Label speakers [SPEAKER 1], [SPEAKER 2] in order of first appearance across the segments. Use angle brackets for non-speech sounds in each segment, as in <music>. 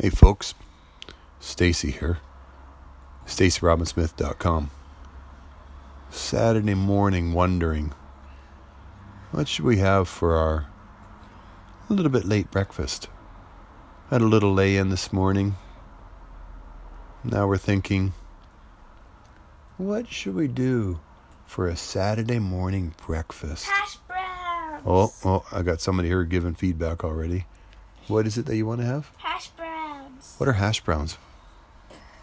[SPEAKER 1] Hey folks, Stacy here. StacyRobinsmith.com. Saturday morning wondering what should we have for our a little bit late breakfast. Had a little lay-in this morning. Now we're thinking what should we do for a Saturday morning breakfast?
[SPEAKER 2] Hash browns.
[SPEAKER 1] Oh, oh, I got somebody here giving feedback already. What is it that you want to have?
[SPEAKER 2] Hash browns.
[SPEAKER 1] What are hash browns?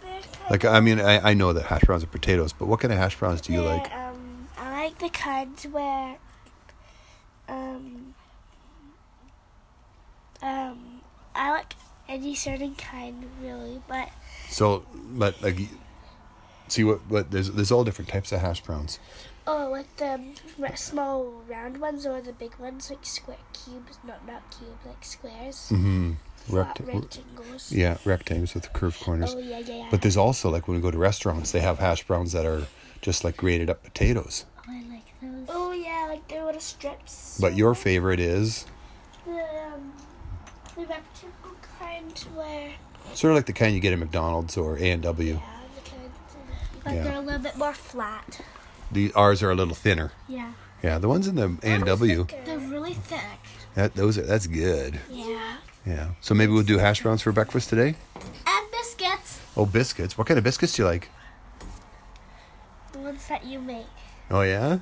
[SPEAKER 2] They're kind
[SPEAKER 1] Like, I mean, I, I know that hash browns are potatoes, but what kind of hash browns do you
[SPEAKER 2] they're,
[SPEAKER 1] like?
[SPEAKER 2] Um, I like the kinds where, um, um, I like any certain kind really, but
[SPEAKER 1] So, but like, see what what there's there's all different types of hash browns.
[SPEAKER 2] oh, like the r- small round ones or the big ones, like square cubes, not not cubes, like squares,
[SPEAKER 1] Mm-hmm.
[SPEAKER 2] not
[SPEAKER 1] Recta-
[SPEAKER 2] rectangles.
[SPEAKER 1] yeah, rectangles with curved corners.
[SPEAKER 2] Uh, Oh yeah, yeah, yeah.
[SPEAKER 1] But there's also like when we go to restaurants, they have hash browns that are just like grated up potatoes.
[SPEAKER 3] I like those.
[SPEAKER 2] oh yeah, like the little strips.
[SPEAKER 1] But your favorite is
[SPEAKER 2] the um, the rectangle kind where.
[SPEAKER 1] sort of like the kind you get at McDonald's or A and W.
[SPEAKER 2] Yeah, the kind
[SPEAKER 3] But
[SPEAKER 1] Yeah.
[SPEAKER 3] they're a little bit more flat.
[SPEAKER 1] The ours are a little thinner.
[SPEAKER 3] Yeah.
[SPEAKER 1] Yeah, the ones in the A and W,
[SPEAKER 3] They're really thick.
[SPEAKER 1] that those are, that's good.
[SPEAKER 3] Yeah.
[SPEAKER 1] Yeah. So maybe we'll do hash browns for breakfast today.
[SPEAKER 3] And biscuits.
[SPEAKER 1] Oh, biscuits. What kind of biscuits do you like?
[SPEAKER 2] The ones that you make.
[SPEAKER 1] Oh yeah,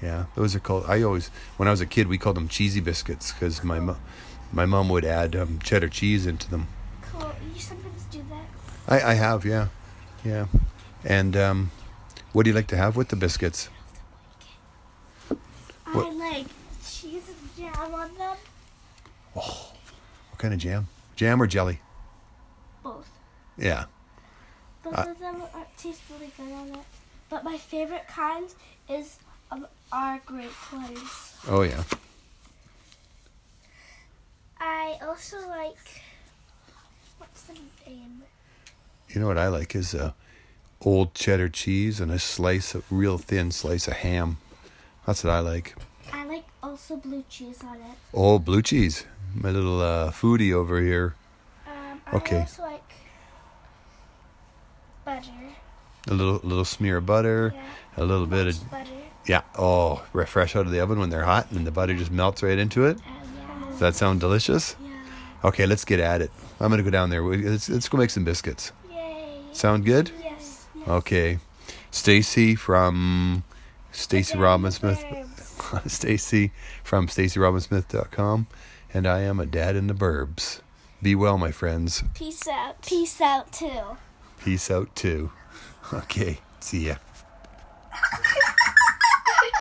[SPEAKER 1] yeah. Those are called. I always, when I was a kid, we called them cheesy biscuits because my mom, my mom would add um, cheddar cheese into them.
[SPEAKER 2] Cool. You sometimes do that.
[SPEAKER 1] I, I have, yeah, yeah. And um, what do you like to have with the biscuits? What-
[SPEAKER 2] I like cheese and jam on them.
[SPEAKER 1] What kind of jam? Jam or jelly?
[SPEAKER 2] Both.
[SPEAKER 1] Yeah.
[SPEAKER 2] Both of them are, taste really good on it. But my favorite kind is of our grape ones.
[SPEAKER 1] Oh yeah.
[SPEAKER 2] I also like. What's the name?
[SPEAKER 1] You know what I like is uh, old cheddar cheese and a slice of real thin slice of ham. That's what I like.
[SPEAKER 2] I like also blue cheese on it.
[SPEAKER 1] Oh, blue cheese. My little uh, foodie over here.
[SPEAKER 2] Um,
[SPEAKER 1] Okay.
[SPEAKER 2] I also like butter.
[SPEAKER 1] A little little smear of butter,
[SPEAKER 2] Yeah.
[SPEAKER 1] a little bit of
[SPEAKER 2] Butter.
[SPEAKER 1] Yeah. Oh, right fresh out of the oven when they're hot and the butter just melts right into it.
[SPEAKER 2] Uh, yeah.
[SPEAKER 1] Does that sound delicious?
[SPEAKER 2] Yeah.
[SPEAKER 1] Okay, let's get at it. I'm going to go down there. We- Let's, let's go make some biscuits.
[SPEAKER 2] Yay.
[SPEAKER 1] Sound good?
[SPEAKER 2] Yes.
[SPEAKER 1] Okay. Stacy from Stacy Robin Smith. <laughs>
[SPEAKER 2] Burbs.
[SPEAKER 1] Stacy from stacyrobinsmith.com and I am a dad in the burbs. Be well, my friends.
[SPEAKER 2] Peace out. Peace out too.
[SPEAKER 1] Peace out too. <laughs> Okay. See ya.